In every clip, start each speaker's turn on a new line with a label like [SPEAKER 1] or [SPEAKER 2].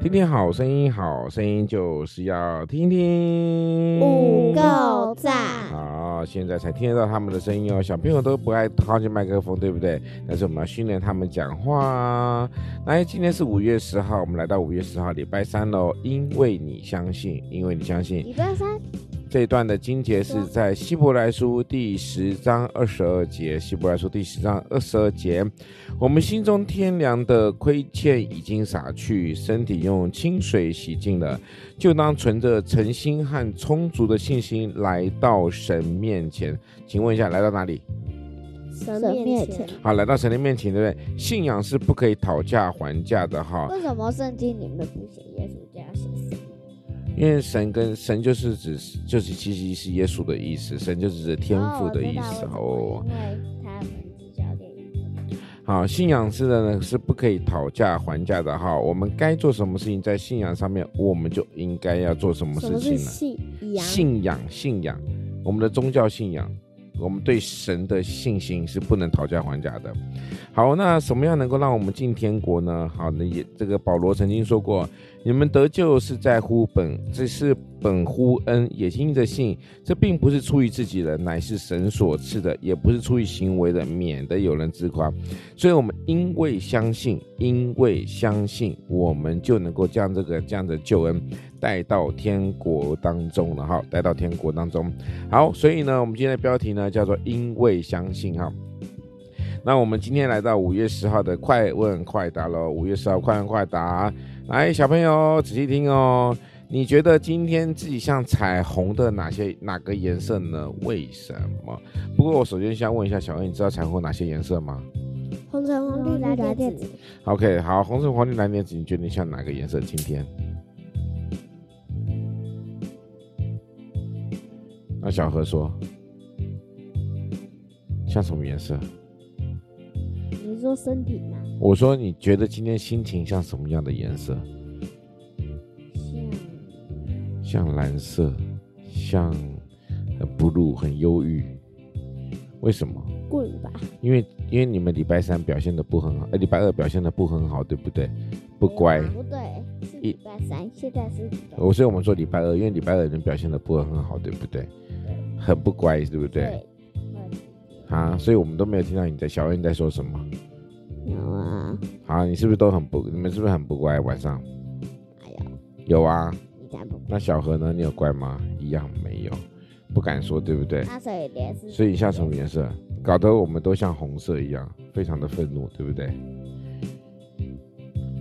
[SPEAKER 1] 听听好声音好，声音就是要听听。
[SPEAKER 2] 五够赞，
[SPEAKER 1] 好，现在才听得到他们的声音哦。小朋友都不爱靠近麦克风，对不对？但是我们要训练他们讲话啊。那今天是五月十号，我们来到五月十号，礼拜三喽。因为你相信，因为你相信
[SPEAKER 2] 礼拜三
[SPEAKER 1] 这一段的经节是在希伯来书第十章二十二节。希伯来书第十章二十二节，我们心中天良的亏欠已经洒去，身体用清水洗净了，就当存着诚心和充足的信心来到神面前。请问一下，来到哪里？
[SPEAKER 2] 神
[SPEAKER 3] 神面
[SPEAKER 2] 面前
[SPEAKER 3] 前。
[SPEAKER 1] 好，来到神的面前，对不对？信仰是不可以讨价还价的哈。
[SPEAKER 2] 为什么圣经里面不写耶稣家写神？
[SPEAKER 1] 因为神跟神就是指就是其实是耶稣的意思，神就是指天赋的意思哦
[SPEAKER 2] 我。知道为什么因为他们只教练
[SPEAKER 1] 好，啊信仰是的呢是不可以讨价还价的哈。我们该做什么事情在信仰上面，我们就应该要做什么
[SPEAKER 3] 什
[SPEAKER 1] 事
[SPEAKER 3] 么
[SPEAKER 1] 情
[SPEAKER 3] 是
[SPEAKER 1] 呢？
[SPEAKER 3] 信羊？
[SPEAKER 1] 信仰，信仰，我们的宗教信仰，我们对神的信心是不能讨价还价的。好，那什么样能够让我们进天国呢？好的，也这个保罗曾经说过，你们得救是在乎本，这是本乎恩，也因着信。这并不是出于自己人，乃是神所赐的，也不是出于行为的，免得有人自夸。所以，我们因为相信，因为相信，我们就能够将这个这样的救恩带到天国当中了哈，带到天国当中。好，所以呢，我们今天的标题呢叫做“因为相信”哈。那我们今天来到五月十号的快问快答喽，五月十号快问快答，来小朋友仔细听哦。你觉得今天自己像彩虹的哪些哪个颜色呢？为什么？不过我首先先问一下小恩，你知道彩虹有哪些颜色吗
[SPEAKER 3] 红橙黄绿蓝靛紫，
[SPEAKER 1] ？OK，好，红橙黄绿蓝靛紫，你觉得你像哪个颜色？今天？那小何说，像什么颜色？
[SPEAKER 3] 你说身体吗？
[SPEAKER 1] 我说你觉得今天心情像什么样的颜色？像蓝色，像很 blue，很忧郁。为什么？
[SPEAKER 3] 像棍吧？
[SPEAKER 1] 因为因为你们礼拜三表现的不很好，呃，礼拜二表现的不很好，对不对？不乖。哦
[SPEAKER 2] 不对，是礼拜三，现在是礼拜
[SPEAKER 1] 我所以我们说礼拜二，因为礼拜二人表现的不很好，对不对？很不乖，对不对？
[SPEAKER 2] 对。
[SPEAKER 1] 啊，所以我们都没有听到你在小恩在说什么。
[SPEAKER 2] 有啊，
[SPEAKER 1] 啊，你是不是都很不？你们是不是很不乖？晚上
[SPEAKER 2] 还有
[SPEAKER 1] 有啊。
[SPEAKER 2] 你才不
[SPEAKER 1] 那小何呢？你有乖吗？一样没有，不敢说，对不对？
[SPEAKER 2] 那所以连是
[SPEAKER 1] 所以像什么颜色？搞得我们都像红色一样，非常的愤怒，对不对？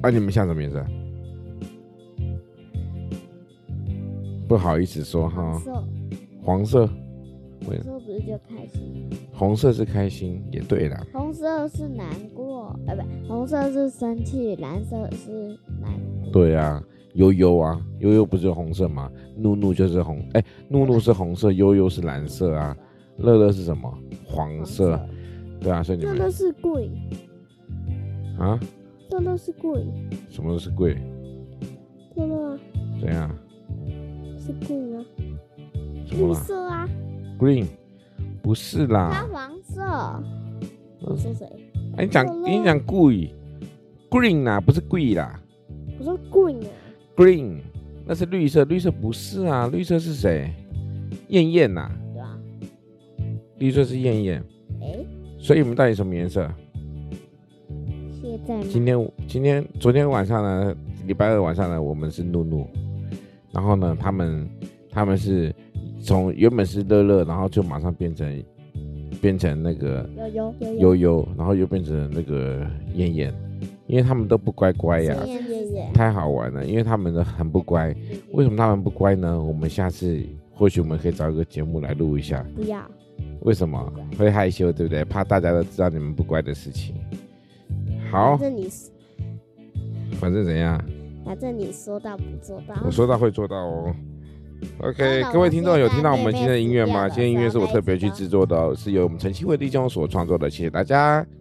[SPEAKER 1] 啊，你们像什么颜色？不好意思说哈
[SPEAKER 2] 黄，色，
[SPEAKER 1] 黄色，为
[SPEAKER 2] 黄色不是就开心？
[SPEAKER 1] 红色是开心，也对啦。
[SPEAKER 2] 红色是难过，呃，不，红色是生气，蓝色是难过。
[SPEAKER 1] 对啊，悠悠啊，悠悠不是红色吗？怒怒就是红，哎，怒怒是红色，悠悠是蓝色啊，乐乐是什么？黄
[SPEAKER 2] 黄
[SPEAKER 1] 色，对啊，所以你
[SPEAKER 3] 这
[SPEAKER 1] 们
[SPEAKER 3] 都是贵，
[SPEAKER 1] 啊，
[SPEAKER 3] 这都是贵，
[SPEAKER 1] 什么都是贵，
[SPEAKER 3] 这都啊
[SPEAKER 1] 怎样？
[SPEAKER 3] 是贵啊，
[SPEAKER 1] 什么
[SPEAKER 3] 绿
[SPEAKER 1] 啦
[SPEAKER 3] 色啊，
[SPEAKER 1] ？Green，不是啦
[SPEAKER 2] 它，黄色，
[SPEAKER 1] 嗯
[SPEAKER 3] 我说谁？
[SPEAKER 1] 哎，你讲
[SPEAKER 3] 乐乐
[SPEAKER 1] 你讲故意，Green 啦，不是贵啦
[SPEAKER 3] 我说棍啊，
[SPEAKER 1] ，Green 那是绿色，绿色不是啊，绿色是谁？燕燕呐，
[SPEAKER 2] 对吧？
[SPEAKER 1] 绿色是燕燕，
[SPEAKER 2] 哎，
[SPEAKER 1] 所以你们到底什么颜色？
[SPEAKER 2] 现在
[SPEAKER 1] 今
[SPEAKER 2] 吗？
[SPEAKER 1] 天今天昨天晚上呢，礼拜二晚上呢，我们是怒怒，然后呢，他们他们是从原本是乐乐，然后就马上变成变成那个
[SPEAKER 2] 有有有
[SPEAKER 1] 悠悠，然后又变成那个燕燕，因为他们都不乖乖呀、
[SPEAKER 2] 是燕燕燕
[SPEAKER 1] 太好玩了，因为他们呢很不乖。为什么他们不乖呢？我们下次或许我们可以找一个节目来录一下，
[SPEAKER 3] 不要，
[SPEAKER 1] 为什么会害羞，对不对？怕大家都知道你们不乖的事情。好
[SPEAKER 3] 反，正你是
[SPEAKER 1] 反正怎样。
[SPEAKER 3] 反正你说到不做到，
[SPEAKER 1] 我说到会做到哦。OK，
[SPEAKER 2] 真的
[SPEAKER 1] 各位听众
[SPEAKER 2] 我现在
[SPEAKER 1] 有听到我们今天的音乐
[SPEAKER 2] 被被
[SPEAKER 1] 吗？
[SPEAKER 2] 撕掉了
[SPEAKER 1] 今天音乐是我特别去
[SPEAKER 2] 所以我可以
[SPEAKER 1] 制作的哦，是由我们陈奇慧弟兄所创作的，谢谢大家。
[SPEAKER 2] 哎